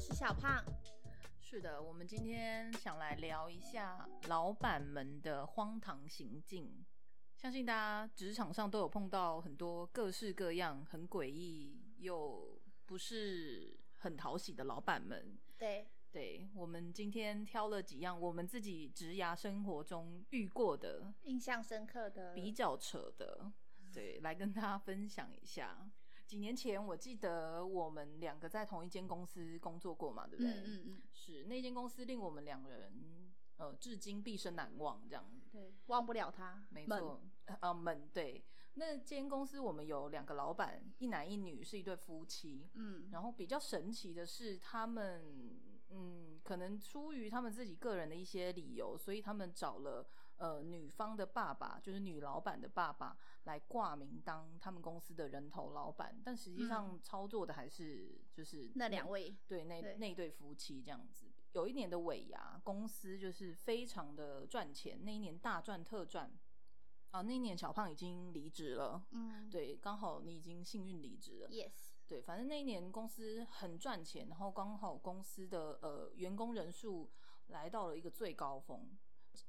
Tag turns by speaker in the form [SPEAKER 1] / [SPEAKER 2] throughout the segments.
[SPEAKER 1] 小胖。
[SPEAKER 2] 是的，我们今天想来聊一下老板们的荒唐行径。相信大家职场上都有碰到很多各式各样、很诡异又不是很讨喜的老板们。
[SPEAKER 1] 对，
[SPEAKER 2] 对我们今天挑了几样我们自己职涯生活中遇过的
[SPEAKER 1] 印象深刻的
[SPEAKER 2] 比较扯的，对，来跟大家分享一下。几年前，我记得我们两个在同一间公司工作过嘛，对不对？
[SPEAKER 1] 嗯嗯嗯，
[SPEAKER 2] 是那间公司令我们两个人呃至今毕生难忘，这样
[SPEAKER 1] 对，忘不了他。
[SPEAKER 2] 没
[SPEAKER 1] 闷，
[SPEAKER 2] 错。呃，们对那间公司，我们有两个老板，一男一女，是一对夫妻。
[SPEAKER 1] 嗯，
[SPEAKER 2] 然后比较神奇的是，他们嗯，可能出于他们自己个人的一些理由，所以他们找了呃女方的爸爸，就是女老板的爸爸来挂名当他们公司的人头老板，但实际上操作的还是就是
[SPEAKER 1] 嗯那两位
[SPEAKER 2] 对那
[SPEAKER 1] 对
[SPEAKER 2] 那对夫妻这样子。有一年的尾牙，公司就是非常的赚钱，那一年大赚特赚。啊，那一年小胖已经离职了，
[SPEAKER 1] 嗯，
[SPEAKER 2] 对，刚好你已经幸运离职了，
[SPEAKER 1] ，yes，
[SPEAKER 2] 对，反正那一年公司很赚钱，然后刚好公司的呃员工人数来到了一个最高峰，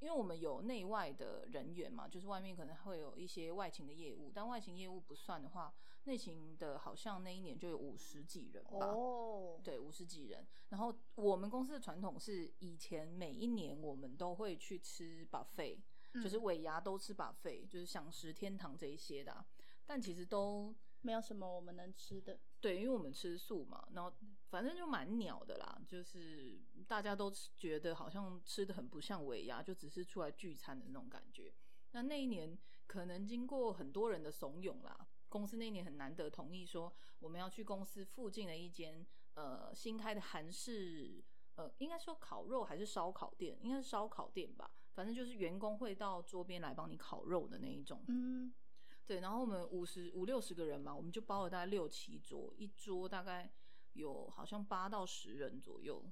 [SPEAKER 2] 因为我们有内外的人员嘛，就是外面可能会有一些外勤的业务，但外勤业务不算的话，内勤的好像那一年就有五十几人吧。
[SPEAKER 1] 哦，
[SPEAKER 2] 对，五十几人。然后我们公司的传统是，以前每一年我们都会去吃 buffet，、就是
[SPEAKER 1] 嗯
[SPEAKER 3] 嗯
[SPEAKER 2] 尾牙都吃 buffet，就是享食天堂这一些的啊、但其实都
[SPEAKER 1] 没有什么我们能吃的。
[SPEAKER 2] 对，因为我们吃素嘛，然后反正就蛮鸟的啦，就是大家都吃觉得好像吃的很不像尾牙，就只是出来聚餐的那种感觉。那那一年可能经过很多人的怂恿啦，公司那一年很难得同意说我们要去公司附近的一间呃新开的韩式呃，应该说烤肉还是烧烤店，应该是烧烤店吧，反正就是员工会到桌边来帮你烤肉的那一种。
[SPEAKER 1] 嗯，
[SPEAKER 2] 对，然后我们五十五六十个人嘛，我们就包了大概六七桌，一桌大概有好像八到十人左右，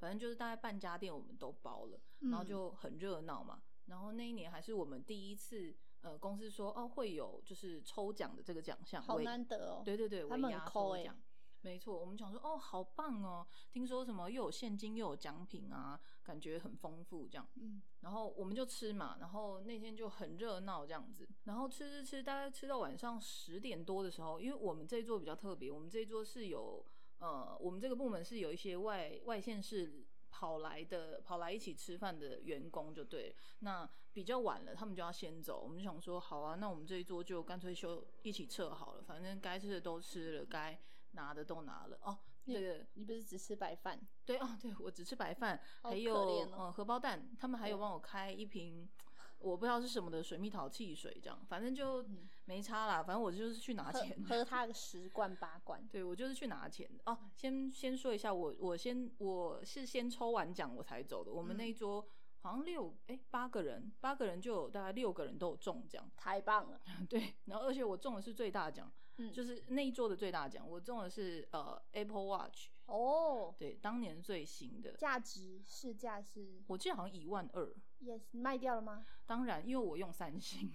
[SPEAKER 2] 反正就是大概半家店我们都包了，
[SPEAKER 1] 嗯
[SPEAKER 2] 然后就很热闹嘛。然后那一年还是我们第一次，呃，公司说哦会有就是抽奖的这个奖项，
[SPEAKER 1] 好
[SPEAKER 2] 尾
[SPEAKER 1] 难得哦。
[SPEAKER 2] 对对对，
[SPEAKER 1] 他
[SPEAKER 2] 尾
[SPEAKER 1] 们
[SPEAKER 2] 牙
[SPEAKER 1] 很抠
[SPEAKER 2] 抽
[SPEAKER 1] 欸
[SPEAKER 2] 奖。没错，我们想说哦，好棒哦！听说什么又有现金又有奖品啊，感觉很丰富这样。
[SPEAKER 1] 嗯，
[SPEAKER 2] 然后我们就吃嘛，然后那天就很热闹这样子，然后吃吃吃，大概吃到晚上十点多的时候，因为我们这一桌比较特别，我们这一桌是有呃，我们这个部门是有一些外外县市跑来的，跑来一起吃饭的员工就对了，那比较晚了，他们就要先走，我们就想说好啊，那我们这一桌就干脆休一起撤好了，反正该吃的都吃了，该拿的都拿了哦，对对。
[SPEAKER 1] 你不是只吃白饭？
[SPEAKER 2] 对啊，对我只吃白饭，
[SPEAKER 1] 好
[SPEAKER 2] 还
[SPEAKER 1] 可
[SPEAKER 2] 有、
[SPEAKER 1] 怜哦
[SPEAKER 2] 呃荷包蛋，他们还有
[SPEAKER 1] 对
[SPEAKER 2] 帮我开一瓶我不知道是什么的水蜜桃汽水，这样反正就没差啦，反正我就是去拿
[SPEAKER 1] 嗯喝
[SPEAKER 2] 钱。
[SPEAKER 1] 喝他个十罐八罐。
[SPEAKER 2] 对，我就是去拿钱哦。先先说一下，我我先我是先抽完奖我才走的。我
[SPEAKER 1] 嗯
[SPEAKER 2] 们那一桌好像六哎八个人，八个人就有大概六个人都有中奖，
[SPEAKER 1] 太棒了！
[SPEAKER 2] 对。然后而且我中的是最大奖，
[SPEAKER 1] 嗯
[SPEAKER 2] 就是那一桌的最大奖，我中的是呃 Apple Watch，
[SPEAKER 1] 哦，
[SPEAKER 2] 对，当年最新的，
[SPEAKER 1] 价值市价是
[SPEAKER 2] 我记得好像一万二。
[SPEAKER 1] yes，你卖掉了吗？
[SPEAKER 2] 当然，因为我用三星，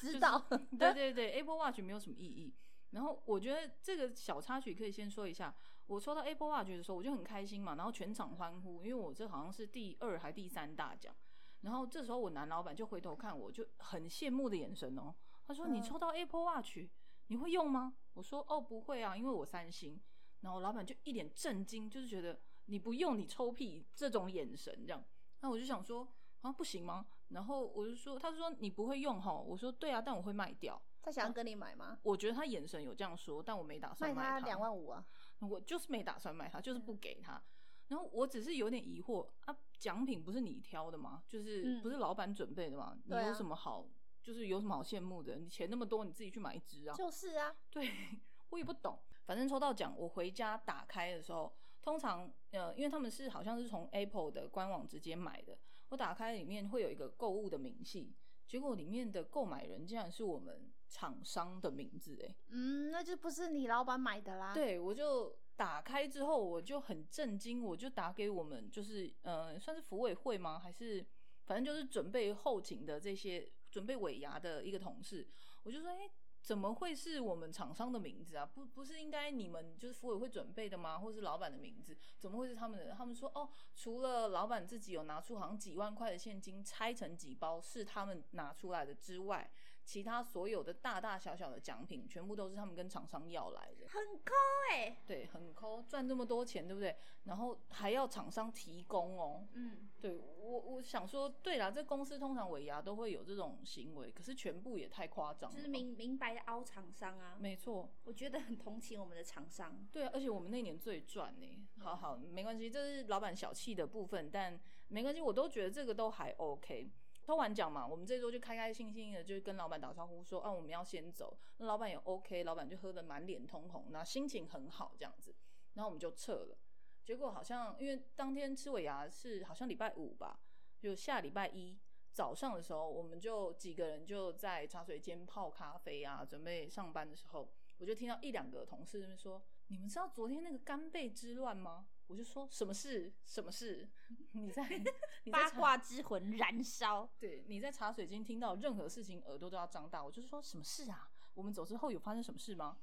[SPEAKER 1] 知道，
[SPEAKER 2] 对对对，Apple Watch 没有什么意义。然后我觉得这个小插曲可以先说一下，我抽到 Apple Watch 的时候，我就很开心嘛，然后全场欢呼，因为我这好像是第二还第三大奖。然后这时候我男老板就回头看我，就很羡慕的眼神哦，他
[SPEAKER 1] 嗯
[SPEAKER 2] 说：“你抽到 Apple Watch，你会用吗？”我说：“哦，不会啊，因为我三星。”然后老板就一脸震惊，就是觉得你不用你抽屁这种眼神这样。那我就想说啊，不行吗？然后我就说，他就说你不会用吼，我说对啊，但我会卖掉。
[SPEAKER 1] 他想要跟你买吗？
[SPEAKER 2] 我觉得他眼神有这样说，但我没打算
[SPEAKER 1] 卖
[SPEAKER 2] 卖
[SPEAKER 1] 他
[SPEAKER 2] 它
[SPEAKER 1] 两，万五啊！
[SPEAKER 2] 我就是没打算卖它，就是不
[SPEAKER 1] 嗯
[SPEAKER 2] 给他。然后我只是有点疑惑啊，奖品不是你挑的吗？就是
[SPEAKER 1] 嗯
[SPEAKER 2] 不是老板准备的吗？你
[SPEAKER 1] 对啊
[SPEAKER 2] 有什么好，就是有什么好羡慕的？你钱那么多，你自己去买一支啊。
[SPEAKER 1] 就是啊，
[SPEAKER 2] 对 我也不懂，反正抽到奖，我回家打开的时候，通常呃，因为他们是好像是从 Apple 的官网直接买的，我打开里面会有一个购物的明细，结果里面的购买人竟然是我们厂商的名字、欸，
[SPEAKER 1] 嗯，那就不是你老板买的啦。，
[SPEAKER 2] 对我就。打开之后我就很震惊，我就打给我们就是呃，算是服委会吗？还是反正就是准备后勤的这些准备尾牙的一个同事，我就说，哎、怎么会是我们厂商的名字啊？不，不是应该你们就是服委会准备的吗？或是老板的名字？怎么会是他们的？他们说哦，除了老板自己有拿出好像几万块的现金拆成几包是他们拿出来的之外，其他所有的大大小小的奖品全部都是他们跟厂商要来的。
[SPEAKER 3] 很抠哎、
[SPEAKER 2] 对，很抠，赚这么多钱，对不对？然后还要厂商提供哦。
[SPEAKER 3] 嗯，
[SPEAKER 2] 对我，我想说，对啦，这公司通常尾牙都会有这种行为，可是全部也太夸张了吧。
[SPEAKER 3] 就是明明白的凹厂商啊，
[SPEAKER 2] 没错，
[SPEAKER 3] 我觉得很同情我们的厂商。
[SPEAKER 2] 对啊，而且我们那年最赚呢、好好，没关系，这是老板小气的部分，但没关系，我都觉得这个都还 OK。抽完奖嘛，我们这桌就开开心心的，就跟老板打招呼说，啊，我们要先走。那老板也 OK，老板就喝得满脸通红，然后心情很好这样子，然后我们就撤了。结果好像因为当天吃尾牙是好像礼拜五吧，就下礼拜一早上的时候，我们就几个人就在茶水间泡咖啡啊，准备上班的时候，我就听到一两个同事那边说：“你们知道昨天那个干贝之乱吗？”我就说：“什么事？什么事？你在你在
[SPEAKER 3] 八
[SPEAKER 2] 茶
[SPEAKER 3] 卦之魂燃烧，
[SPEAKER 2] 对，你在茶水间听到任何事情，耳朵都要张大。我就是说，什么事啊？我们走之后有发生什么事吗？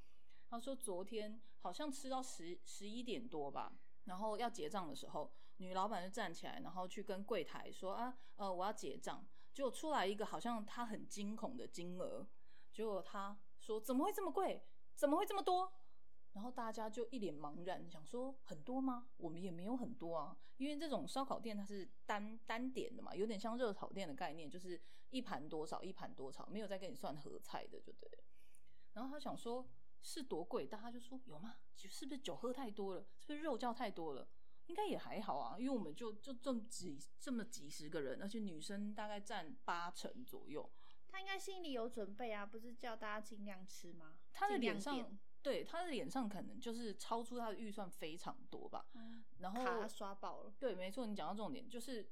[SPEAKER 2] 他说昨天好像吃到十十一点多吧，然后要结账的时候，女老板就站起来，然后去跟柜台说啊，呃，我要结账。结果出来一个好像她很惊恐的金额，结果她说怎么会这么贵？怎么会这么多？然后大家就一脸茫然，想说很多吗？我们也没有很多啊，因为这种烧烤店它是单单点的嘛，有点像热炒店的概念，就是一盘多少一盘多少，没有再跟你算合菜的，就对了。然后他想说是多贵，大家就说有吗？是不是酒喝太多了？是不是肉叫太多了？应该也还好啊，因为我们就就这么几这么几十个人，而且女生大概占八成左右，
[SPEAKER 1] 他应该心里有准备啊，不是叫大家尽量吃吗？
[SPEAKER 2] 他的
[SPEAKER 1] 尽量
[SPEAKER 2] 脸上
[SPEAKER 1] 点，
[SPEAKER 2] 对他的脸上可能就是超出他的预算非常多吧。啊然后
[SPEAKER 1] 卡刷爆了，
[SPEAKER 2] 对，没错，你讲到重点，就是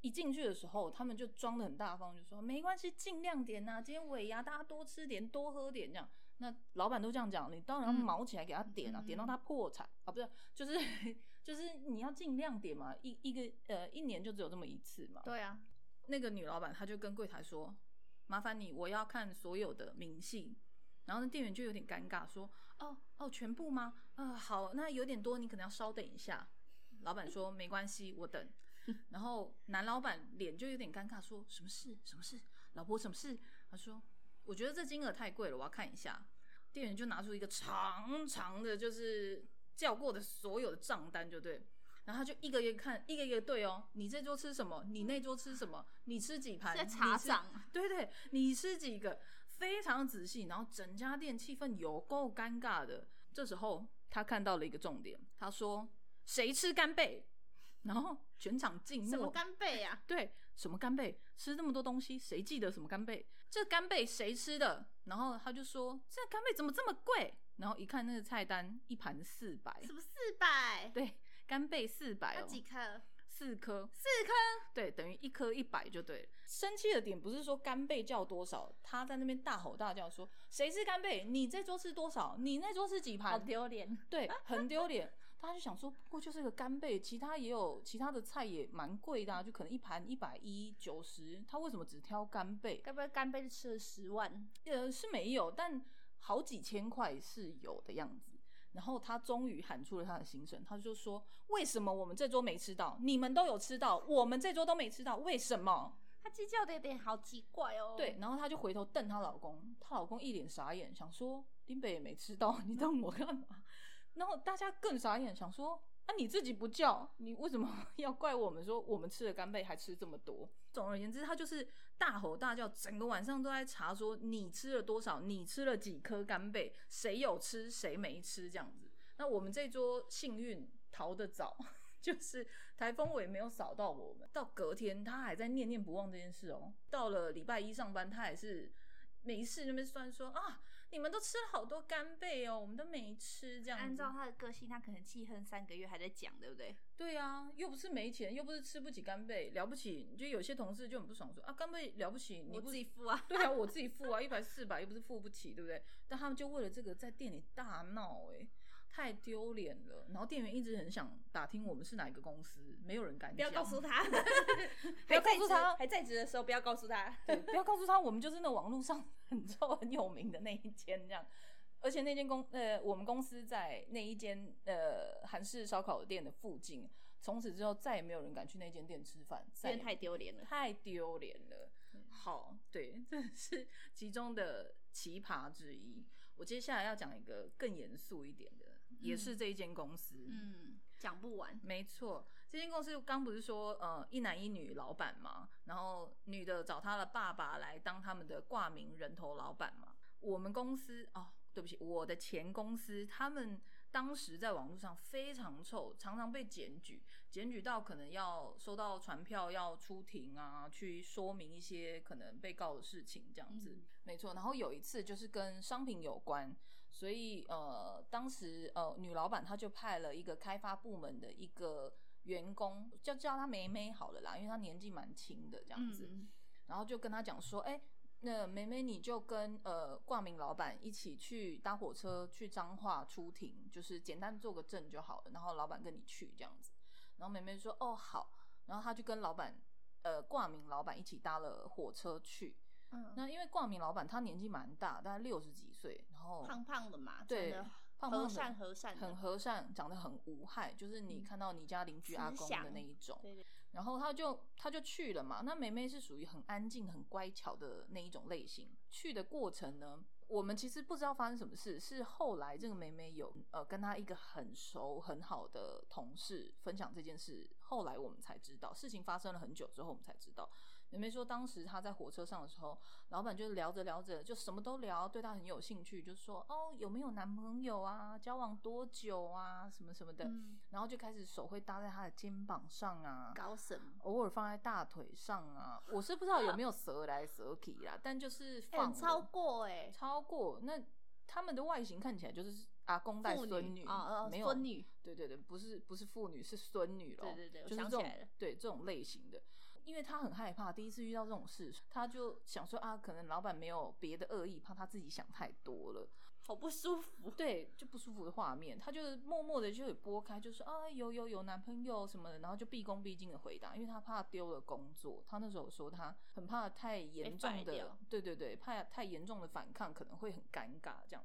[SPEAKER 2] 一进去的时候，他们就装的很大方，就说没关系，尽量点呐、今天尾牙大家多吃点，多喝点这样。那老板都这样讲，你当然
[SPEAKER 1] 嗯
[SPEAKER 2] 要毛起来给他点啊，
[SPEAKER 1] 嗯
[SPEAKER 2] 点到他破产啊，不是，就是 就是你要尽量点嘛，一一个呃一年就只有这么一次嘛。
[SPEAKER 1] 对啊，
[SPEAKER 2] 那个女老板她就跟柜台说：“麻烦你，我要看所有的明细。”然后那店员就有点尴尬，说：“哦哦，全部吗？啊、好，那有点多，你可能要稍等一下。”老板说：“没关系，我 等。”然后男老板脸就有点尴尬，说：“什么事？什么事？老婆，什么事？”他说：“我觉得这金额太贵了，我要看一下。”店员就拿出一个长长的，就是叫过的所有的账单，就对。然后他就一个一个看，一个一个对哦，你这桌吃什么？你那桌吃什么？你吃几盘？
[SPEAKER 3] 在查
[SPEAKER 2] 你吃
[SPEAKER 3] 账，
[SPEAKER 2] 对对，你吃几个？非常仔细，然后整家店气氛有够尴尬的。这时候他看到了一个重点，他说：“谁吃干贝？”然后全场静默。
[SPEAKER 1] 什么干贝啊？
[SPEAKER 2] 对，什么干贝？吃那么多东西，谁记得什么干贝？这干贝谁吃的？然后他就说：“这干贝怎么这么贵？”然后一看那个菜单，一盘四百，
[SPEAKER 1] 什么四百？
[SPEAKER 2] 对，干贝四百
[SPEAKER 1] 要
[SPEAKER 2] 哦，
[SPEAKER 1] 几颗？
[SPEAKER 2] 四颗，四颗，对，等于一颗一百就对了。生气的点不是说干贝叫多少，他在那边大吼大叫说：“谁吃干贝？你这桌吃多少？你那桌吃几盘？”
[SPEAKER 3] 好丢脸。
[SPEAKER 2] 对，很丢脸。大家就想说，不过就是个干贝，其他也有其他的菜也蛮贵的、啊，就可能一盘一百一九十，他为什么只挑干贝？
[SPEAKER 3] 该不会干贝吃了十万？
[SPEAKER 2] 呃，是没有，但好几千块是有的样子。然后他终于喊出了他的心声，他就说：“为什么我们这桌没吃到？你们都有吃到，我们这桌都没吃到，为什么？”
[SPEAKER 3] 他计较的有点好奇怪哦。
[SPEAKER 2] 对，，然后她就回头瞪她老公，她老公一脸傻眼，想说林北也没吃到， 你瞪我干嘛？然后大家更傻眼，想说啊你自己不叫，你为什么 要怪我们说我们吃了干贝还吃这么多？总而言之，她就是大吼大叫，整个晚上都在查说你吃了多少，你吃了几颗干贝，谁有吃谁没吃这样子。那我们这桌幸运逃得早， 就是台风尾没有扫到我们，到隔天他还在念念不忘这件事哦。到了礼拜一上班，他还是没事那边算说啊，你们都吃了好多干贝哦，我们都没吃这样子。
[SPEAKER 3] 按照他的个性，他可能记恨三个月还在讲，对不对？
[SPEAKER 2] 对啊，又不是没钱，又不是吃不起干贝，了不起？就有些同事就很不爽说啊，干贝了不起，你
[SPEAKER 3] 我
[SPEAKER 2] 不
[SPEAKER 3] 自己付啊。
[SPEAKER 2] 对啊，我自己付啊，一百四百又不是付不起，对不对？但他们就为了这个在店里大闹哎、太丢脸了。然后店员一直很想打听我们是哪一个公司，没有人敢讲。
[SPEAKER 3] 不要告 诉他，
[SPEAKER 2] 不要
[SPEAKER 3] 还在
[SPEAKER 2] 告诉
[SPEAKER 3] 职
[SPEAKER 2] 他
[SPEAKER 3] 还在职的时候不要告诉他。
[SPEAKER 2] 对，不要告诉他我们就是那网络上 很臭很有名的那一间这样。而且那间公呃，我们公司在那一间呃韩式烧烤店的附近，从此之后再也没有人敢去那间店吃饭，
[SPEAKER 3] 真
[SPEAKER 2] 再
[SPEAKER 3] 的太丢脸了。嗯
[SPEAKER 2] 太丢脸了。好，对， 这是其中的奇葩之一。我接下来要讲一个更严肃一点的，也是这一间公司。
[SPEAKER 3] 嗯，讲不完。
[SPEAKER 2] 没错，这间公司刚不是说呃一男一女老板嘛，然后女的找她的爸爸来当他们的挂名人头老板嘛。我们公司哦，对不起，我的前公司他们当时在网络上非常臭，常常被检举，检举到可能要收到传票要出庭啊，去说明一些可能被告的事情这样子。
[SPEAKER 3] 嗯
[SPEAKER 2] 没错，然后有一次就是跟商品有关，所以呃，当时呃，女老板她就派了一个开发部门的一个员工，就叫她梅梅好了啦，因为她年纪蛮轻的这样子，
[SPEAKER 3] 嗯，
[SPEAKER 2] 然后就跟她讲说，哎、那梅梅你就跟呃挂名老板一起去搭火车去彰化出庭，就是简单做个证就好了，然后老板跟你去这样子，然后梅梅就说哦好，然后她就跟老板呃挂名老板一起搭了火车去，
[SPEAKER 1] 嗯，
[SPEAKER 2] 那因为挂名老板他年纪蛮大，大概六十几岁，然后
[SPEAKER 1] 胖胖的嘛，
[SPEAKER 2] 对
[SPEAKER 1] 长得
[SPEAKER 2] 胖胖的
[SPEAKER 1] 和善和善的
[SPEAKER 2] 很和善，长得很无害，就是你
[SPEAKER 1] 嗯
[SPEAKER 2] 看到你家邻居
[SPEAKER 1] 慈
[SPEAKER 2] 阿公的
[SPEAKER 1] 祥
[SPEAKER 2] 那一种。
[SPEAKER 1] 对对
[SPEAKER 2] 然后他就他就去了嘛。那梅梅是属于很安静、很乖巧的那一种类型。去的过程呢，我们其实不知道发生什么事，是后来这个梅梅有呃跟她一个很熟很好的同事分享这件事，后来我们才知道，事情发生了很久之后我们才知道。梅梅说，当时她在火车上的时候，老板就聊着聊着就什么都聊，对她很有兴趣，就说哦有没有男朋友啊，交往多久啊，什么什么的，
[SPEAKER 1] 嗯，
[SPEAKER 2] 然后就开始手会搭在她的肩膀上啊，
[SPEAKER 1] 搞什么？
[SPEAKER 2] 偶尔放在大腿上啊，我是不知道有没有折来折去啦，但就是
[SPEAKER 1] 哎
[SPEAKER 2] 放
[SPEAKER 1] 很
[SPEAKER 2] 了
[SPEAKER 1] 超过哎，
[SPEAKER 2] 超过那他们的外形看起来就是阿公带
[SPEAKER 1] 妇
[SPEAKER 2] 孙
[SPEAKER 1] 女啊，呃
[SPEAKER 2] 没有
[SPEAKER 1] 孙女，
[SPEAKER 2] 对对对，不是不是妇女是孙女咯，
[SPEAKER 3] 对对对我
[SPEAKER 2] 就是
[SPEAKER 3] 想
[SPEAKER 2] 这种
[SPEAKER 3] 起来了
[SPEAKER 2] 对这种类型的，因为他很害怕，第一次遇到这种事，他就想说啊，可能老板没有别的恶意，怕他自己想太多了，
[SPEAKER 3] 好不舒服。
[SPEAKER 2] 对，就不舒服的画面，他就是默默的就有拨开，就说啊有有有男朋友什么的，然后就毕恭毕敬的回答，因为他怕丢了工作。他那时候说他很怕太严重
[SPEAKER 3] 被 fire
[SPEAKER 2] 的
[SPEAKER 3] 掉，
[SPEAKER 2] 对对对，怕太严重的反抗可能会很尴尬这样。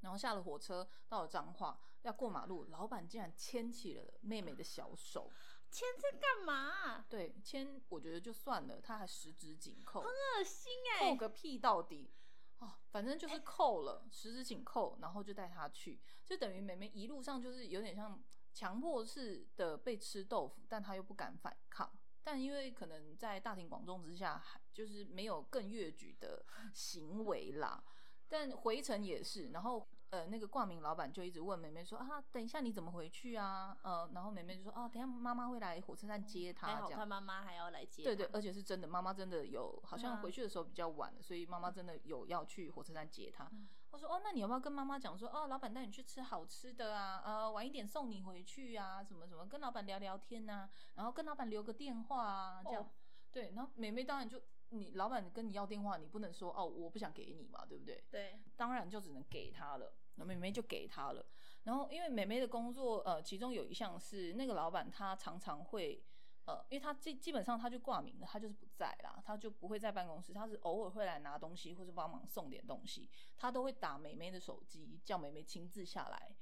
[SPEAKER 2] 然后下了火车到了彰化，要过马路，老板竟然牵起了妹妹的小手，
[SPEAKER 1] 签证干嘛？
[SPEAKER 2] 对，牵我觉得就算了，他还十指紧扣，
[SPEAKER 1] 恶心
[SPEAKER 2] 扣
[SPEAKER 1] 哎，
[SPEAKER 2] 个屁到底。哦，反正就是扣了，十指紧扣，然后就带他去，就等于妹妹一路上就是有点像强迫式的被吃豆腐，但她又不敢反抗。但因为可能在大庭广众之下，还就是没有更越矩的行为啦。但回程也是，然后呃，那个挂名老板就一直问妹妹说啊，等一下你怎么回去啊？呃，然后妹妹就说啊，等一下妈妈会来火车站接她，
[SPEAKER 3] 还好
[SPEAKER 2] 这样
[SPEAKER 3] 他妈妈还要来接他。嗯
[SPEAKER 2] 对呃对，而且是真的，妈妈真的有，好像
[SPEAKER 1] 啊
[SPEAKER 2] 回去的时候比较晚了，所以妈妈真的有要去火车站接她。
[SPEAKER 3] 嗯
[SPEAKER 2] 我说哦，那你要不要跟妈妈讲说，哦，老板带你去吃好吃的啊，呃，晚一点送你回去啊，什么什么，跟老板聊聊天呐、然后跟老板留个电话啊，这样。
[SPEAKER 3] 哦
[SPEAKER 2] 对，然后妹妹当然就你老板跟你要电话，你不能说哦，我不想给你嘛，对不对？
[SPEAKER 3] 对，
[SPEAKER 2] 当然就只能给他了。那妹妹就给他了。然后因为妹妹的工作，呃，其中有一项是那个老板他常常会，呃，因为他基基本上他就挂名了，他就是不在啦，他就不会在办公室，他是偶尔会来拿东西或是帮忙送点东西，他都会打妹妹的手机，叫妹妹亲自下来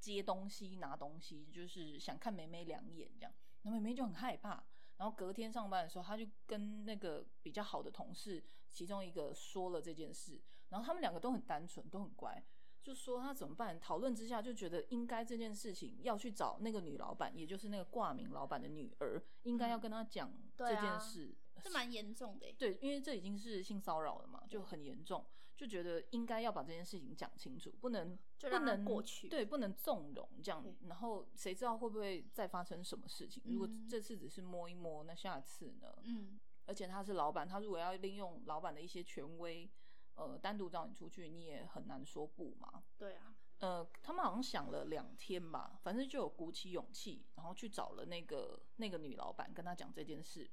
[SPEAKER 2] 接东西、拿东西，就是想看妹妹两眼这样。那妹妹就很害怕，然后隔天上班的时候，他就跟那个比较好的同事其中一个说了这件事，然后他们两个都很单纯，都很乖，就说那怎么办？讨论之下就觉得应该这件事情要去找那个女老板，也就是那个挂名老板的女儿，应该要跟她讲这
[SPEAKER 1] 嗯对啊
[SPEAKER 2] 件事。
[SPEAKER 1] 这蛮严重的哎，
[SPEAKER 2] 对，因为这已经是性骚扰了嘛，就很严重，就觉得应该要把这件事情讲清楚，不能
[SPEAKER 1] 就
[SPEAKER 2] 不
[SPEAKER 1] 让它
[SPEAKER 2] 能
[SPEAKER 1] 过去
[SPEAKER 2] 对，不能纵容这样
[SPEAKER 1] 对。
[SPEAKER 2] 然后谁知道会不会再发生什么事情？如果
[SPEAKER 1] 嗯
[SPEAKER 2] 这次只是摸一摸，那下次呢？
[SPEAKER 1] 嗯，
[SPEAKER 2] 而且他是老板，他如果要利用老板的一些权威，呃，单独找你出去，你也很难说不嘛。
[SPEAKER 1] 对啊，
[SPEAKER 2] 呃，他们好像想了两天吧，反正就有鼓起勇气，然后去找了那个那个女老板，跟她讲这件事。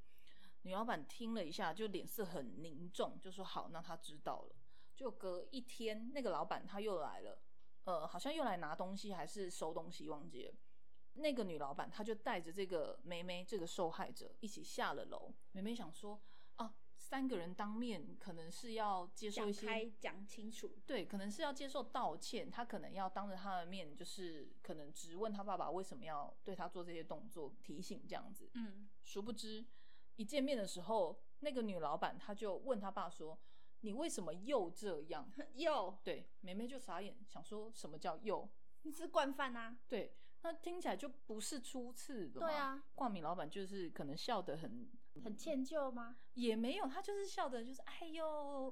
[SPEAKER 2] 女老板听了一下，就脸色很凝重，就说：“好，那她知道了。”就隔一天，那个老板他又来了，呃，好像又来拿东西还是收东西，忘记了。那个女老板她就带着这个梅梅这个受害者一起下了楼。梅梅想说啊，三个人当面可能是要接受
[SPEAKER 1] 讲
[SPEAKER 2] 一些
[SPEAKER 1] 开讲清楚，
[SPEAKER 2] 对，可能是要接受道歉，他可能要当着他的面，就是可能质问他爸爸为什么要对他做这些动作，提醒这样子。
[SPEAKER 3] 嗯，
[SPEAKER 2] 殊不知，一见面的时候，那个女老板她就问他爸说：“你为什么又这样
[SPEAKER 1] 又？”
[SPEAKER 2] 对，梅梅就傻眼，想说什么叫又？
[SPEAKER 1] 是惯犯啊，
[SPEAKER 2] 对，那听起来就不是初次的嘛。
[SPEAKER 1] 对啊，
[SPEAKER 2] 冠敏老板就是可能笑得很
[SPEAKER 1] 很歉疚吗？
[SPEAKER 2] 也没有，他就是笑的，就是哎呦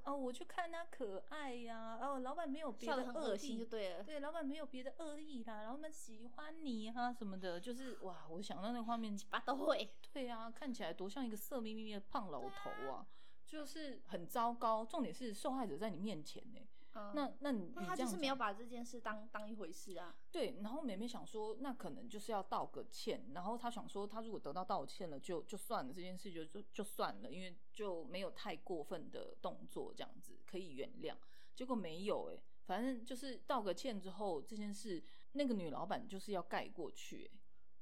[SPEAKER 2] 哦，我就看他可爱呀、哦，老板没有别
[SPEAKER 1] 笑
[SPEAKER 2] 的
[SPEAKER 1] 得很
[SPEAKER 2] 恶
[SPEAKER 1] 恶
[SPEAKER 2] 意
[SPEAKER 1] 心就对了。
[SPEAKER 2] 对，老板没有别的恶意啦，老板喜欢你啊什么的，就是哇，我想到那个画面，
[SPEAKER 1] 八都会，
[SPEAKER 2] 对啊，看起来多像一个色眯眯的胖老头啊，就是很糟糕。重点是受害者在你面前呢、
[SPEAKER 1] 嗯
[SPEAKER 2] 那那你
[SPEAKER 1] 那
[SPEAKER 2] 你
[SPEAKER 1] 他
[SPEAKER 2] 这
[SPEAKER 1] 就
[SPEAKER 2] 样
[SPEAKER 1] 是
[SPEAKER 2] 讲
[SPEAKER 1] 没有把这件事当当一回事啊。
[SPEAKER 2] 对，然后妹妹想说，那可能就是要道个歉，然后她想说，她如果得到道歉了，就就算了，这件事就就就算了，因为就没有太过分的动作，这样子可以原谅。结果没有、欸，反正就是道个歉之后，这件事那个女老板就是要盖过去、欸，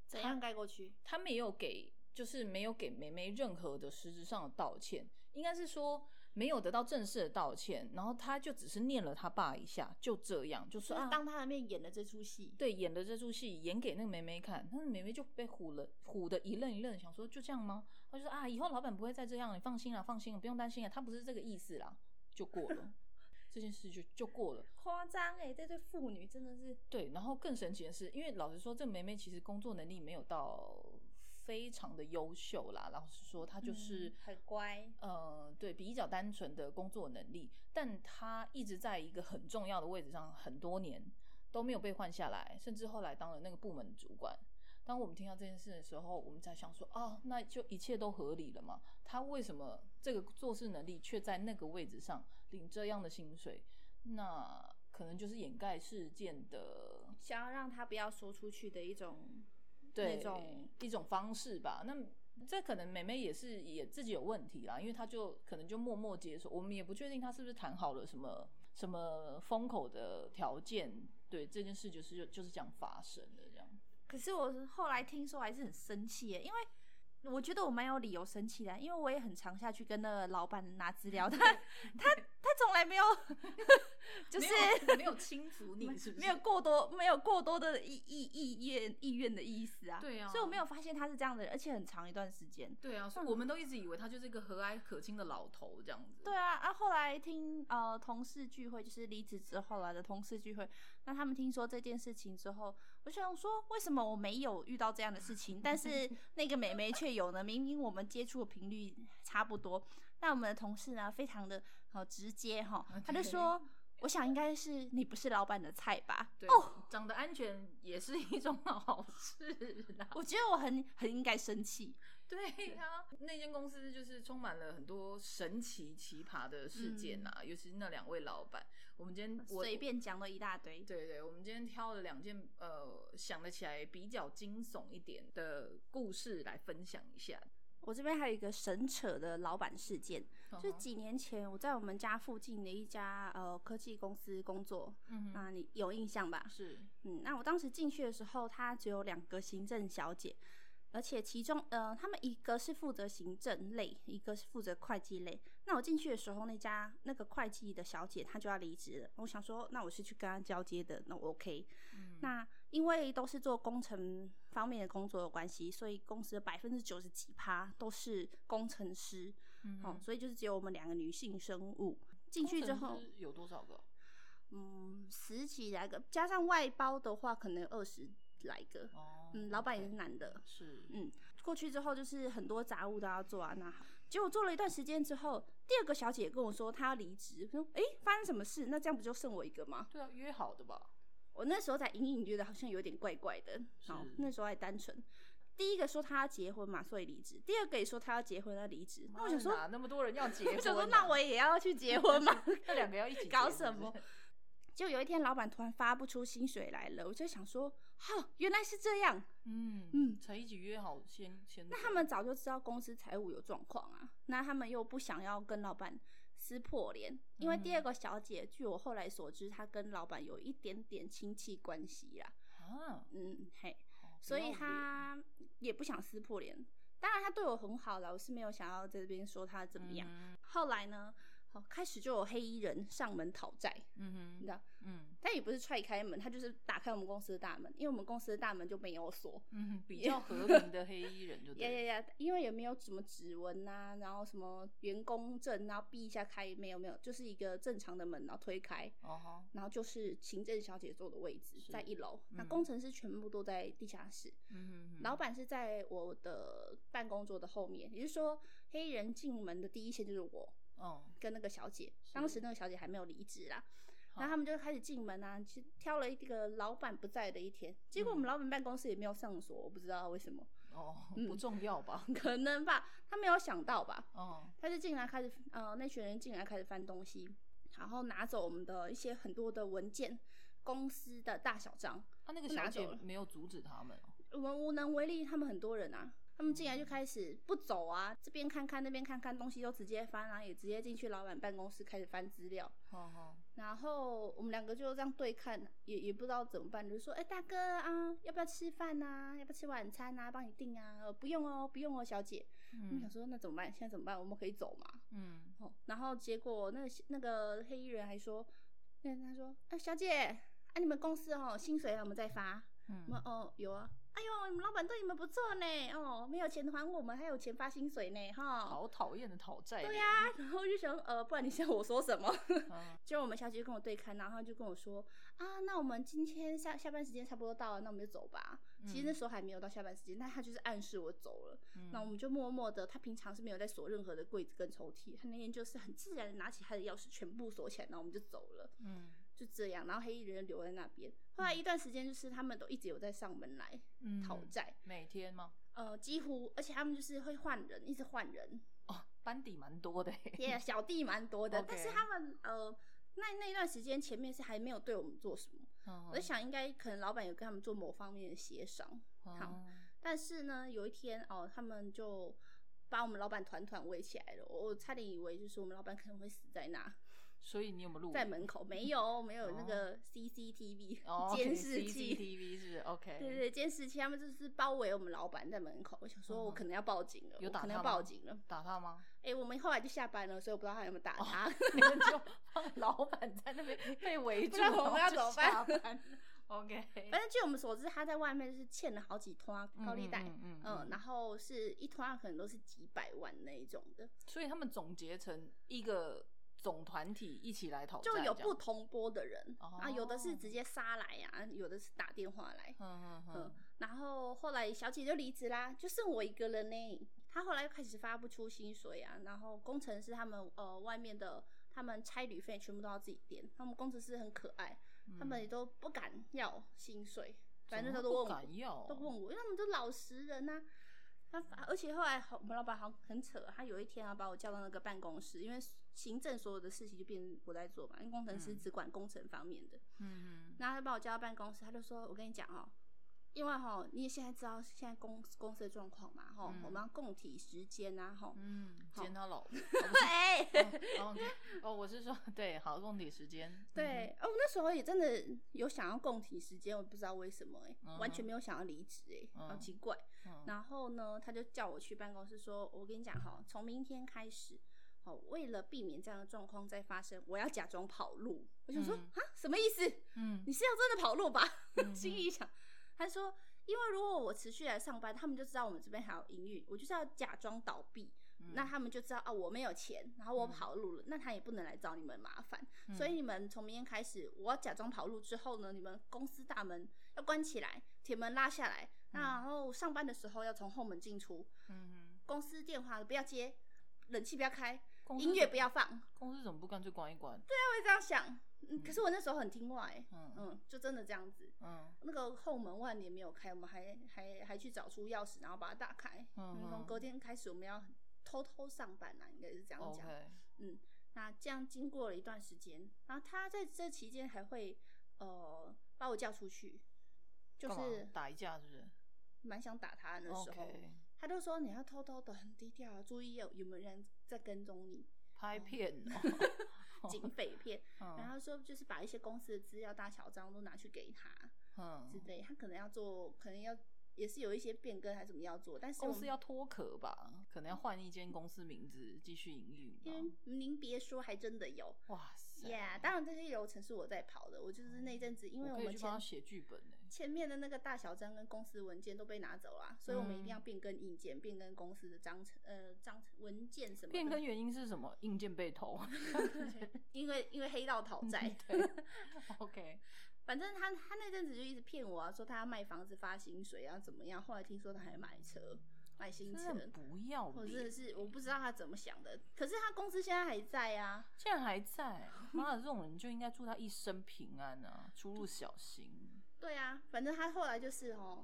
[SPEAKER 1] 怎样盖过去？
[SPEAKER 2] 他没有给，就是没有给梅梅任何的实质上的道歉，应该是说没有得到正式的道歉，然后他就只是念了他爸一下，就这样，
[SPEAKER 1] 就
[SPEAKER 2] 就
[SPEAKER 1] 是是
[SPEAKER 2] 啊，
[SPEAKER 1] 当他的面演了这出戏，
[SPEAKER 2] 对演的这出戏演给那个梅梅看，那梅梅就被唬了，唬的一愣一愣，想说就这样吗？他就说啊，以后老板不会再这样，你放心啦，放心啦，不用担心啊，他不是这个意思啦，就过了，这件事就就过了。
[SPEAKER 1] 夸张
[SPEAKER 3] 欸
[SPEAKER 1] 哎，这对妇女真的是
[SPEAKER 2] 对，然后更神奇的是，因为老实说，这梅梅其实工作能力没有到非常的优秀啦。老实说，她就是、
[SPEAKER 1] 嗯很乖，
[SPEAKER 2] 呃，对比较单纯的工作能力，但她一直在一个很重要的位置上很多年都没有被换下来，甚至后来当了那个部门主管。当我们听到这件事的时候，我们才想说，哦，那就一切都合理了嘛。她为什么这个做事能力却在那个位置上领这样的薪水？那可能就是掩盖事件的
[SPEAKER 1] 想要让他不要说出去的一种
[SPEAKER 2] 对
[SPEAKER 1] 那种
[SPEAKER 2] 一种方式吧。那这可能妹妹也是也自己有问题啦，因为她就可能就默默接受，我们也不确定她是不是谈好了什么什么风口的条件。对这件事就是就是这样发生的，这样
[SPEAKER 3] 可是我后来听说还是很生气耶，因为我觉得我蛮有理由生气的，啊因为我也很常下去跟那个老板拿资料，他 他他从来没有，就是
[SPEAKER 2] 没有 没有轻浮你，是不是？
[SPEAKER 3] 没有过多没有过多的意意意愿意愿的意思啊，
[SPEAKER 2] 对啊
[SPEAKER 3] 所以我没有发现他是这样的人，而且很长一段时间。
[SPEAKER 2] 对啊，所以我们都一直以为他就是一个和蔼可亲的老头这样子。
[SPEAKER 3] 对啊，啊，后来听呃同事聚会，就是离职之后来的同事聚会，那他们听说这件事情之后，我想说，为什么我没有遇到这样的事情，但是 那个美眉却有呢？明明我们接触的频率差不多，那我们的同事呢，非常的好、呃直接哈，
[SPEAKER 2] 啊
[SPEAKER 3] 他就说，我想应该是你不是老板的菜吧？
[SPEAKER 2] 对，长得安全也是一种 好事啦。
[SPEAKER 3] 我觉得我很很应该生气，
[SPEAKER 2] 对啊，那间公司就是充满了很多神奇奇葩的事件呐、尤其是那两位老板。我们今天我
[SPEAKER 3] 嗯随，便讲了一大堆。
[SPEAKER 2] 对对，我们今天挑了两件呃想得起来比较惊悚一点的故事来分享一下。
[SPEAKER 3] 我这边还有一个神扯的老板事件，就
[SPEAKER 2] 嗯哼
[SPEAKER 3] 几年前我在我们家附近的一家呃科技公司工作，
[SPEAKER 2] 嗯哼，
[SPEAKER 3] 那你有印象吧？
[SPEAKER 2] 是
[SPEAKER 3] 嗯，那我当时进去的时候，它只有两个行政小姐，而且其中呃，他们一个是负责行政类，一个是负责会计类。那我进去的时候，那家那个会计的小姐她就要离职了，我想说，那我是去跟她交接的，那我 OK。那
[SPEAKER 2] 嗯
[SPEAKER 3] 因为都是做工程方面的工作的关系，所以公司的百分之九十几趴都是工程师，
[SPEAKER 2] 嗯
[SPEAKER 3] 哦
[SPEAKER 2] 哼，
[SPEAKER 3] 所以就是只有我们两个女性生物。进去之
[SPEAKER 2] 工，
[SPEAKER 3] 后
[SPEAKER 2] 程师有多少个？
[SPEAKER 3] 嗯，十几来个，加上外包的话，可能有二十来个。
[SPEAKER 2] 哦，
[SPEAKER 3] 嗯，老板也是
[SPEAKER 2] OK
[SPEAKER 3] 男的。
[SPEAKER 2] 是
[SPEAKER 3] 嗯，过去之后就是很多杂物都要做啊。那结果做了一段时间之后，第二个小姐跟我说她要离职，我说诶，发生什么事？那这样不就剩我一个吗？
[SPEAKER 2] 对啊，约好的吧？
[SPEAKER 3] 我那时候才隐隐觉得好像有点怪怪的。好
[SPEAKER 2] 是，
[SPEAKER 3] 那时候还单纯。第一个说她要结婚嘛，所以离职；第二个也说她要结婚，要离职。那我想说，
[SPEAKER 2] 哪那么多人要结婚啊、
[SPEAKER 3] 我想说，那我也要去结婚嘛？
[SPEAKER 2] 那两个要一起结
[SPEAKER 3] 搞
[SPEAKER 2] 婚
[SPEAKER 3] 什
[SPEAKER 2] 是不
[SPEAKER 3] 么
[SPEAKER 2] 是？
[SPEAKER 3] 就有一天，老板突然发不出薪水来了，我就想说，哈、原来是这样。
[SPEAKER 2] 嗯嗯，
[SPEAKER 3] 嗯
[SPEAKER 2] 才一起约好先先那
[SPEAKER 3] 那他们早就知道公司财务有状况啊，那他们又不想要跟老板撕破脸，因为第
[SPEAKER 2] 嗯
[SPEAKER 3] 二个小姐，据我后来所知，她跟老板有一点点亲戚关系啦。
[SPEAKER 2] 啊，
[SPEAKER 3] 嗯，嘿，
[SPEAKER 2] 好
[SPEAKER 3] 所
[SPEAKER 2] 不
[SPEAKER 3] 以
[SPEAKER 2] 要
[SPEAKER 3] 她也不想撕破脸。当然，她对我很好啦，我是没有想要在这边说她怎么
[SPEAKER 2] 脸
[SPEAKER 3] 样。后来呢，好开始就有黑衣人上门讨债，
[SPEAKER 2] 嗯
[SPEAKER 3] 你知
[SPEAKER 2] 哼，
[SPEAKER 3] 道，
[SPEAKER 2] 嗯
[SPEAKER 3] 但也不是踹开门，他就是打开我们公司的大门，因为我们公司的大门就没有锁。
[SPEAKER 2] 嗯哼，比较和平的黑衣人就
[SPEAKER 3] 呀
[SPEAKER 2] 对了，
[SPEAKER 3] 呀呀！因为也没有什么指纹呐、然后什么员工证，然后逼一下开，没有没有，就是一个正常的门，然后推开，
[SPEAKER 2] 哦吼，
[SPEAKER 3] 然后就是行政小姐坐的位置
[SPEAKER 2] 是
[SPEAKER 3] 在一楼，那
[SPEAKER 2] 嗯
[SPEAKER 3] 工程师全部都在地下室，
[SPEAKER 2] 嗯哼哼，
[SPEAKER 3] 老板是在我的办公桌的后面，也就是说黑衣人进门的第一线就是我
[SPEAKER 2] 哦，
[SPEAKER 3] 跟那个小姐，当时那个小姐还没有离职啦，
[SPEAKER 2] 好
[SPEAKER 3] 然后他们就开始进门啊，去挑了一个老板不在的一天，结果我们
[SPEAKER 2] 嗯
[SPEAKER 3] 老板办公室也没有上锁，我不知道为什么，
[SPEAKER 2] 哦，
[SPEAKER 3] 嗯
[SPEAKER 2] 不重要吧？
[SPEAKER 3] 可能吧，他没有想到吧，
[SPEAKER 2] 哦，
[SPEAKER 3] 他就进来开始，呃，那群人进来开始翻东西，然后拿走我们的一些很多的文件，公司的大小章，
[SPEAKER 2] 他那个
[SPEAKER 3] 都
[SPEAKER 2] 小
[SPEAKER 3] 拿
[SPEAKER 2] 姐
[SPEAKER 3] 走了
[SPEAKER 2] 没有阻止他们哦，
[SPEAKER 3] 我们无能为力，他们很多人啊。他们进来就开始不走啊，这边看看那边看看，东西都直接翻啊，也直接进去老板办公室开始翻资料。
[SPEAKER 2] 哦吼，
[SPEAKER 3] 然后我们两个就这样对看，也也不知道怎么办，就说：“哎、大哥啊，要不要吃饭呐、要不要吃晚餐呐、帮你订啊。”呃，不用哦，不用哦，小姐。我们
[SPEAKER 2] 嗯
[SPEAKER 3] 想说那怎么办？现在怎么办？我们可以走吗？
[SPEAKER 2] 嗯，
[SPEAKER 3] 哦，然后结果那个那个黑衣人还说，那他说啊，小姐，啊你们公司哦薪水我们再发，
[SPEAKER 2] 嗯
[SPEAKER 3] 我们哦有啊，哎呦你们老板对你们不错呢，哦没有钱还我们，还有钱发薪水呢哈。
[SPEAKER 2] 好讨厌的讨债脸，
[SPEAKER 3] 对呀、然后就想呃，不然你想我说什么？
[SPEAKER 2] 嗯，
[SPEAKER 3] 结果我们小姐就跟我对看，然后就跟我说啊，那我们今天下下班时间差不多到了，那我们就走吧。
[SPEAKER 2] 嗯
[SPEAKER 3] 其实那时候还没有到下班时间，但他就是暗示我走了。那我
[SPEAKER 2] 嗯
[SPEAKER 3] 们就默默的，他平常是没有在锁任何的柜子跟抽屉，他那天就是很自然的拿起他的钥匙全部锁起来，然后我们就走了，
[SPEAKER 2] 嗯
[SPEAKER 3] 就这样。然后黑衣人留在那边。后来一段时间，就是他们都一直有在上门来
[SPEAKER 2] 嗯
[SPEAKER 3] 讨债，
[SPEAKER 2] 每天吗？
[SPEAKER 3] 呃，几乎，而且他们就是会换人，一直 换人，
[SPEAKER 2] 哦，班底蛮多的欸，
[SPEAKER 3] 也、小弟蛮多的。但是
[SPEAKER 2] OK
[SPEAKER 3] 他们呃，那那段时间前面是还没有对我们做什么，
[SPEAKER 2] 嗯
[SPEAKER 3] 我在想应该可能老板有跟他们做某方面的协商，
[SPEAKER 2] 哼
[SPEAKER 3] 好但是呢，有一天哦，他们就把我们老板团团围起来了。我我差点以为就是我们老板可能会死在那，
[SPEAKER 2] 所以你有没有录
[SPEAKER 3] 在门口没 有没有那
[SPEAKER 2] 嗯哦
[SPEAKER 3] 个 CCTV、
[SPEAKER 2] 哦
[SPEAKER 3] 监视器。
[SPEAKER 2] ，CCTV 是 OK，
[SPEAKER 3] 对对，监视器，他们就是包围我们老板在门口。我想说，我
[SPEAKER 2] 嗯
[SPEAKER 3] 可能要报警了，
[SPEAKER 2] 有
[SPEAKER 3] 我
[SPEAKER 2] 打
[SPEAKER 3] 可
[SPEAKER 2] 他
[SPEAKER 3] 能要
[SPEAKER 2] 吗
[SPEAKER 3] 报警了。
[SPEAKER 2] 打他吗？
[SPEAKER 3] 哎、我们后来就下班了，所以我不知道他有没有打
[SPEAKER 2] 哦
[SPEAKER 3] 他。
[SPEAKER 2] 你们就放老板在那边 被围住，
[SPEAKER 3] 不然我们
[SPEAKER 2] 然
[SPEAKER 3] 要
[SPEAKER 2] 后就
[SPEAKER 3] 怎么办
[SPEAKER 2] 下班？OK，
[SPEAKER 3] 反正据我们所知，他在外面就是欠了好几托高利贷，
[SPEAKER 2] 嗯嗯嗯嗯
[SPEAKER 3] 嗯，然后是一托可能都是几百万那一种的。
[SPEAKER 2] 所以他们总结成一个总团体一起来讨债，
[SPEAKER 3] 就有
[SPEAKER 2] 这
[SPEAKER 3] 不
[SPEAKER 2] 样，
[SPEAKER 3] 同波的人、
[SPEAKER 2] 哦
[SPEAKER 3] 啊，有的是直接杀来啊，有的是打电话来。
[SPEAKER 2] 嗯嗯嗯
[SPEAKER 3] 嗯，然后后来小姐就离职啦，就剩我一个人呢。她后来又开始发不出薪水啊，然后工程师他们呃外面的他们差旅费全部都要自己垫，他们工程师很可爱，他们也都不敢要薪水，反
[SPEAKER 2] 嗯
[SPEAKER 3] 正
[SPEAKER 2] 怎么
[SPEAKER 3] 他都
[SPEAKER 2] 不
[SPEAKER 3] 问我，
[SPEAKER 2] 敢要，
[SPEAKER 3] 都问我，因为他们都老实人呐、他反而且后来好我们老板好像很扯，他有一天啊把我叫到那个办公室，因为行政所有的事情就变成我在做嘛，因为工程师
[SPEAKER 2] 嗯
[SPEAKER 3] 只管工程方面的。
[SPEAKER 2] 嗯嗯
[SPEAKER 3] 然后他把我叫到办公室，他就说：“我跟你讲哦，因为哈、你也现在知道现在公公司的状况嘛，哈、
[SPEAKER 2] 嗯
[SPEAKER 3] 我们要共体时间啊，哈、
[SPEAKER 2] 嗯，
[SPEAKER 3] 好
[SPEAKER 2] 捡他老婆，
[SPEAKER 3] 哎、
[SPEAKER 2] 哦，OK，哦，我是说对，好，共体时间，嗯
[SPEAKER 3] 对，哦，我那时候也真的有想要共体时间，我不知道为什么、哎、
[SPEAKER 2] 嗯哼
[SPEAKER 3] 完全没有想要离职、哎、好
[SPEAKER 2] 嗯
[SPEAKER 3] 奇怪。
[SPEAKER 2] 嗯，嗯
[SPEAKER 3] 然后呢，他就叫我去办公室说：“我跟你讲哈，从明天开始，哦，为了避免这样的状况再发生，我要假装跑路。”我想说
[SPEAKER 2] 嗯
[SPEAKER 3] 啊、什么意思？
[SPEAKER 2] 嗯
[SPEAKER 3] 你是要真的跑路吧？
[SPEAKER 2] 嗯
[SPEAKER 3] 心里想，他说：“因为如果我持续来上班，他们就知道我们这边还有营运，我就是要假装倒闭。”
[SPEAKER 2] 嗯
[SPEAKER 3] 那他们就知道啊，我没有钱，然后我
[SPEAKER 2] 嗯
[SPEAKER 3] 跑路了，那他也不能来找你们麻烦，所以你们从明天开始，我要假装跑路之后呢，你们公司大门要关起来，铁门拉下来，那然后上班的时候要从后门进出，
[SPEAKER 2] 嗯嗯，
[SPEAKER 3] 公司电话不要接，冷气不要开，
[SPEAKER 2] 公司
[SPEAKER 3] 音乐
[SPEAKER 2] 怎
[SPEAKER 3] 不，要放，他
[SPEAKER 2] 公司怎么不干脆关一关？
[SPEAKER 3] 会这样想。嗯，可是我那时候很听话、欸，
[SPEAKER 2] 嗯嗯
[SPEAKER 3] 嗯，就真的这样子。
[SPEAKER 2] 嗯
[SPEAKER 3] 那个后门万年没有开，我们还还还去找出钥匙，然后把它打开。
[SPEAKER 2] 嗯
[SPEAKER 3] 嗯，从
[SPEAKER 2] 嗯
[SPEAKER 3] 隔天开始，我们要偷偷上班啦、应该是这样讲。
[SPEAKER 2] ，OK，
[SPEAKER 3] 那这样经过了一段时间，然后他在这期间还会呃把我叫出去，就
[SPEAKER 2] 干嘛
[SPEAKER 3] 是
[SPEAKER 2] 打一架是不是
[SPEAKER 3] 蛮想打他的那时候，
[SPEAKER 2] ？OK，
[SPEAKER 3] 啊 他就说你要偷偷的很低调，注意有有没有人在跟踪你。
[SPEAKER 2] 拍片 哦，
[SPEAKER 3] 警匪片，然
[SPEAKER 2] 嗯
[SPEAKER 3] 后说就是把一些公司的资料、大小章都拿去给他
[SPEAKER 2] 嗯
[SPEAKER 3] 之，类，他可能要做，可能要也是有一些变更还是怎么要做，但是
[SPEAKER 2] 公
[SPEAKER 3] 我
[SPEAKER 2] 司
[SPEAKER 3] 们
[SPEAKER 2] 要脱壳吧，可能要换一间公司名字继续营运
[SPEAKER 3] 因
[SPEAKER 2] 吧
[SPEAKER 3] 为。您别说，还真的有。
[SPEAKER 2] 哇塞
[SPEAKER 3] Yeah，当然这些流程是我在跑的，我就是那阵子，因为
[SPEAKER 2] 啊我可以
[SPEAKER 3] 们
[SPEAKER 2] 去帮他
[SPEAKER 3] 前
[SPEAKER 2] 写剧本呢。
[SPEAKER 3] 前面的那个大小章跟公司文件都被拿走了啊，所以我们一定
[SPEAKER 2] 嗯
[SPEAKER 3] 要变更硬件，变更公司的章程、呃章程文件什么的。
[SPEAKER 2] 变更原因是什么？硬件被偷。
[SPEAKER 3] 因为因为黑道讨
[SPEAKER 2] 嗯
[SPEAKER 3] 债，
[SPEAKER 2] OK，
[SPEAKER 3] 反正他他那阵子就一直骗我啊，说他要卖房子发薪水啊怎么样，后来听说他还买车买新
[SPEAKER 2] 真
[SPEAKER 3] 车
[SPEAKER 2] 的，很不要
[SPEAKER 3] 我真的
[SPEAKER 2] 脸，
[SPEAKER 3] 是我不知道他怎么想的，可是他公司现在还在啊，
[SPEAKER 2] 竟然还在。妈的，这种人就应该祝他一生平安啊，出入小心。
[SPEAKER 3] 对啊，反正他后来就是哦，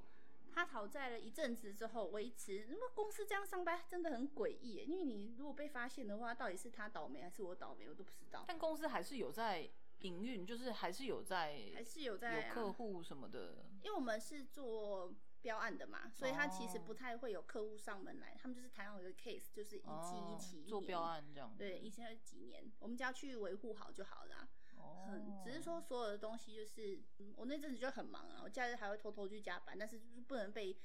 [SPEAKER 3] 他讨债了一阵子之后，维持那么公司这样上班真的很诡异耶，因为你如果被发现的话，到底是他倒霉还是我倒霉，我都不知道。
[SPEAKER 2] 但公司还是有在营运，就是还是有在，
[SPEAKER 3] 还是有在、啊、
[SPEAKER 2] 有客户什么的。
[SPEAKER 3] 因为我们是做标案的嘛，所以他其实
[SPEAKER 2] 哦
[SPEAKER 3] 不太会有客户上门来，他们就是谈好一个 case，就是一期一
[SPEAKER 2] 哦
[SPEAKER 3] 期、一
[SPEAKER 2] 做
[SPEAKER 3] 年
[SPEAKER 2] 标。案这样子。
[SPEAKER 3] 对，一期要几年，我们只要去维护好就好了啊、
[SPEAKER 2] 哦
[SPEAKER 3] 很，只是说所有的东西就是，嗯我那阵子就很忙啊，我假日还会偷偷去加班，但是就是不能被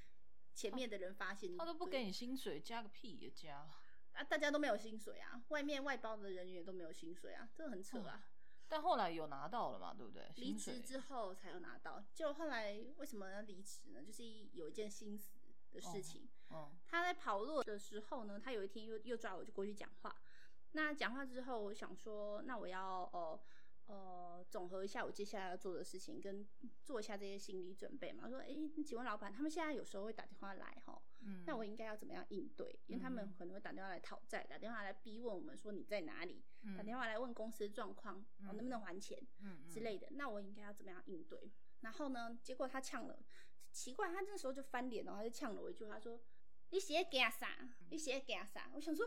[SPEAKER 3] 前面的人发现。
[SPEAKER 2] 哦他都不
[SPEAKER 3] 对
[SPEAKER 2] 给你薪水，加个屁也加。
[SPEAKER 3] 啊，大家都没有薪水啊，外面外包的人员也都没有薪水啊，这个很扯啊。
[SPEAKER 2] 但后来有拿到了嘛，对不对？
[SPEAKER 3] 离
[SPEAKER 2] 哦薪水
[SPEAKER 3] 职之后才有拿到，就后来为什么要离职呢？就是有一件心思的事情。
[SPEAKER 2] 嗯，
[SPEAKER 3] 他在跑路的时候呢，他有一天又又抓我就过去讲话。那讲话之后，我想说，那我要呃呃总合一下我接下来要做的事情，跟做一下这些心理准备嘛。我说，诶，请问老板，他们现在有时候会打电话来哈，
[SPEAKER 2] 嗯
[SPEAKER 3] 那我应该要怎么样应对？因为他们
[SPEAKER 2] 嗯
[SPEAKER 3] 可能会打电话来讨债，打电话来逼问我们说你在哪里，打电
[SPEAKER 2] 话
[SPEAKER 3] 话来问公司状况，我、
[SPEAKER 2] 嗯
[SPEAKER 3] 能不能还钱？之类
[SPEAKER 2] 的。
[SPEAKER 3] 的，那我应该要怎么样应对？然后呢，结果他呛了，奇怪，他那时候就翻脸了，他就呛了我一句，他说：“你写给啥？你写给啥？”我想说，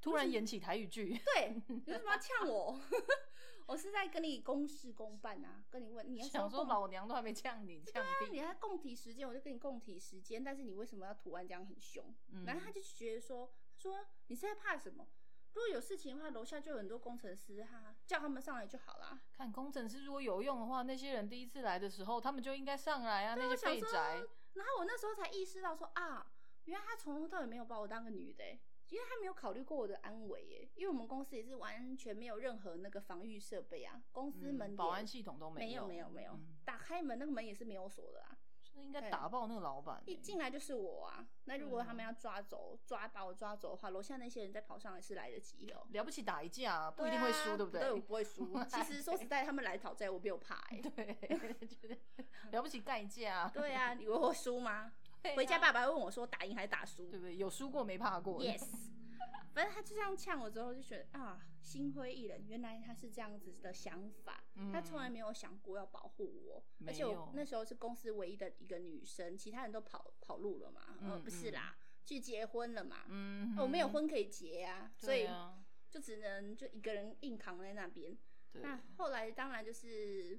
[SPEAKER 2] 突然演起台语剧，
[SPEAKER 3] 对，你为什么要呛我？ 我是在跟你公事公办啊，跟你问你要
[SPEAKER 2] 想说
[SPEAKER 3] 共
[SPEAKER 2] 老娘都还没呛你，呛
[SPEAKER 3] 啊你
[SPEAKER 2] 屁。
[SPEAKER 3] 还共体时间，我就跟你共体时间，但是你为什么要突然这样很凶？
[SPEAKER 2] 嗯
[SPEAKER 3] 然后他就觉得说，说你是在怕什么？如果有事情的话，楼下就有很多工程师哈、叫他们上来就好啦。
[SPEAKER 2] 看工程师如果有用的话，那些人第一次来的时候，他们就应该上来啊，那
[SPEAKER 3] 我
[SPEAKER 2] 些
[SPEAKER 3] 想
[SPEAKER 2] 废
[SPEAKER 3] 说
[SPEAKER 2] 宅。
[SPEAKER 3] 然后我那时候才意识到说啊，原来他从头到尾没有把我当个女的、欸，因为他没有考虑过我的安危耶、因为我们公司也是完全没有任何那个防御设备啊，公司
[SPEAKER 2] 嗯
[SPEAKER 3] 门、
[SPEAKER 2] 保安系统都
[SPEAKER 3] 没
[SPEAKER 2] 有，
[SPEAKER 3] 有没有没有，
[SPEAKER 2] 嗯
[SPEAKER 3] 打开门那个门也是没有锁的啊，
[SPEAKER 2] 就是应该
[SPEAKER 3] 对
[SPEAKER 2] 打爆那个老板欸。
[SPEAKER 3] 一进来就是我啊。那如果
[SPEAKER 2] 对啊
[SPEAKER 3] 他们要抓走抓把我抓走的话，楼下那些人再跑上来是来得及的哦。
[SPEAKER 2] 了不起打一架啊，不一定会输，对
[SPEAKER 3] 不
[SPEAKER 2] 不对？
[SPEAKER 3] 我不会输。 其实说实在，他们来讨债，我没有怕哎、
[SPEAKER 2] 对， 就是了不起干一架啊。
[SPEAKER 3] 对啊，你以为我输吗？
[SPEAKER 2] 对啊
[SPEAKER 3] 嗯回家爸爸问我说打赢还是打输？
[SPEAKER 2] 对不对？有输过没怕过。
[SPEAKER 3] Yes，反正他就这样呛我之后，就觉得啊，心灰意冷。原来他是这样子的想法，
[SPEAKER 2] 嗯
[SPEAKER 3] 他从来没有想过要保护我。
[SPEAKER 2] 没
[SPEAKER 3] 而且我
[SPEAKER 2] 有
[SPEAKER 3] 那时候是公司唯一的一个女生，其他人都跑跑路了嘛，呃，
[SPEAKER 2] 嗯
[SPEAKER 3] 不是
[SPEAKER 2] 嗯
[SPEAKER 3] 啦，去结婚了嘛。
[SPEAKER 2] 嗯，
[SPEAKER 3] 啊我没有，婚可以结啊，所
[SPEAKER 2] 对
[SPEAKER 3] 以
[SPEAKER 2] 啊
[SPEAKER 3] 就只能就一个人硬扛在那边。
[SPEAKER 2] 对
[SPEAKER 3] 那后来当然就是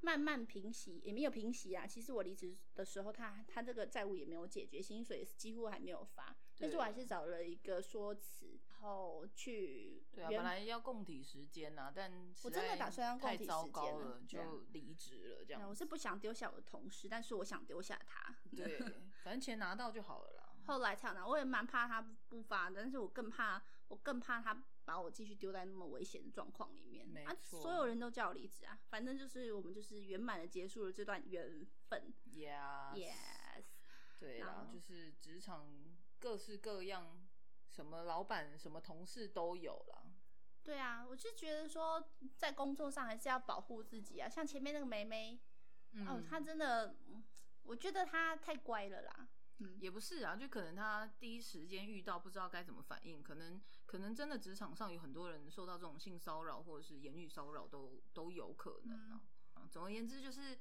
[SPEAKER 3] 慢慢平息，也没有平息啊。其实我离职的时候他，他这个债务也没有解决，薪水几乎还没有发，但是我还是找了一个说辞，然后去
[SPEAKER 2] 对啊，
[SPEAKER 3] 原
[SPEAKER 2] 本来要供体时间呐、但实
[SPEAKER 3] 我真的
[SPEAKER 2] 在
[SPEAKER 3] 打算要供
[SPEAKER 2] 太
[SPEAKER 3] 体
[SPEAKER 2] 糟
[SPEAKER 3] 时
[SPEAKER 2] 糕
[SPEAKER 3] 间了
[SPEAKER 2] 了，
[SPEAKER 3] 对啊
[SPEAKER 2] 就离职了这
[SPEAKER 3] 对
[SPEAKER 2] 样
[SPEAKER 3] 呃我
[SPEAKER 2] 子。
[SPEAKER 3] 是不想丢下我的同事，但是我想丢下他。
[SPEAKER 2] 对，反正钱拿到就好了啦。
[SPEAKER 3] 后来才呢，我也蛮怕他不发，但是我更怕，我更怕他把我继续丢在那么危险的状况里面。
[SPEAKER 2] 没
[SPEAKER 3] 啊，
[SPEAKER 2] 错
[SPEAKER 3] 所有人都叫我离职啊，反正就是我们就是圆满的结束了这段缘分。
[SPEAKER 2] Yes，,
[SPEAKER 3] Yes，
[SPEAKER 2] 对啦
[SPEAKER 3] 然，后
[SPEAKER 2] 就是职场各式各样，什么老板、什么同事都有啦。
[SPEAKER 3] 对啊，我就觉得说，在工作上还是要保护自己啊。像前面那个梅梅，
[SPEAKER 2] 嗯
[SPEAKER 3] 哦，她真的，嗯我觉得她太乖了啦。嗯，
[SPEAKER 2] 也不是啊，就可能他第一时间遇到不知道该怎么反应，可能可能真的职场上有很多人受到这种性骚扰或者是言语骚扰都都有可能啊。啊总而言之，就是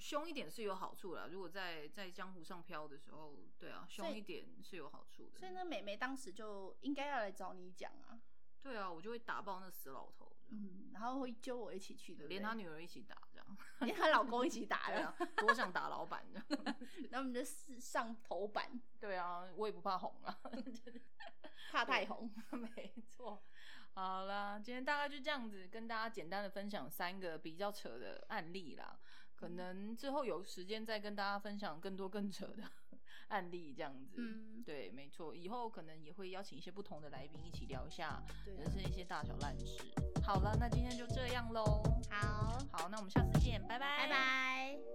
[SPEAKER 2] 凶一点是有好处啦。如果在在江湖上飘的时候，对啊，
[SPEAKER 3] 以
[SPEAKER 2] 凶一点是有好处的。
[SPEAKER 3] 所以呢，梅梅当时就应该要来找你讲啊。
[SPEAKER 2] 对啊，我就会打爆那死老头，
[SPEAKER 3] 嗯，然后会揪我一起去的，
[SPEAKER 2] 连他女儿一起打，这样，
[SPEAKER 3] 连她老公一起打
[SPEAKER 2] 对
[SPEAKER 3] 了，
[SPEAKER 2] 啊，多想打老板这样。
[SPEAKER 3] 然后我们就上头版，
[SPEAKER 2] 对啊，我也不怕红啊，
[SPEAKER 3] 怕太红。
[SPEAKER 2] 没错。好啦，今天大概就这样子，跟大家简单的分享三个比较扯的案例啦。可能之后有时间再跟大家分享更多更扯的案例，这样子。
[SPEAKER 3] 嗯
[SPEAKER 2] 对，没错，以后可能也会邀请一些不同的来宾一起聊一下
[SPEAKER 3] 对啊
[SPEAKER 2] 人生一些大小烂事。好了，那今天就这样喽。
[SPEAKER 3] 好，
[SPEAKER 2] 好，那我们下次见，拜拜，
[SPEAKER 3] 拜拜。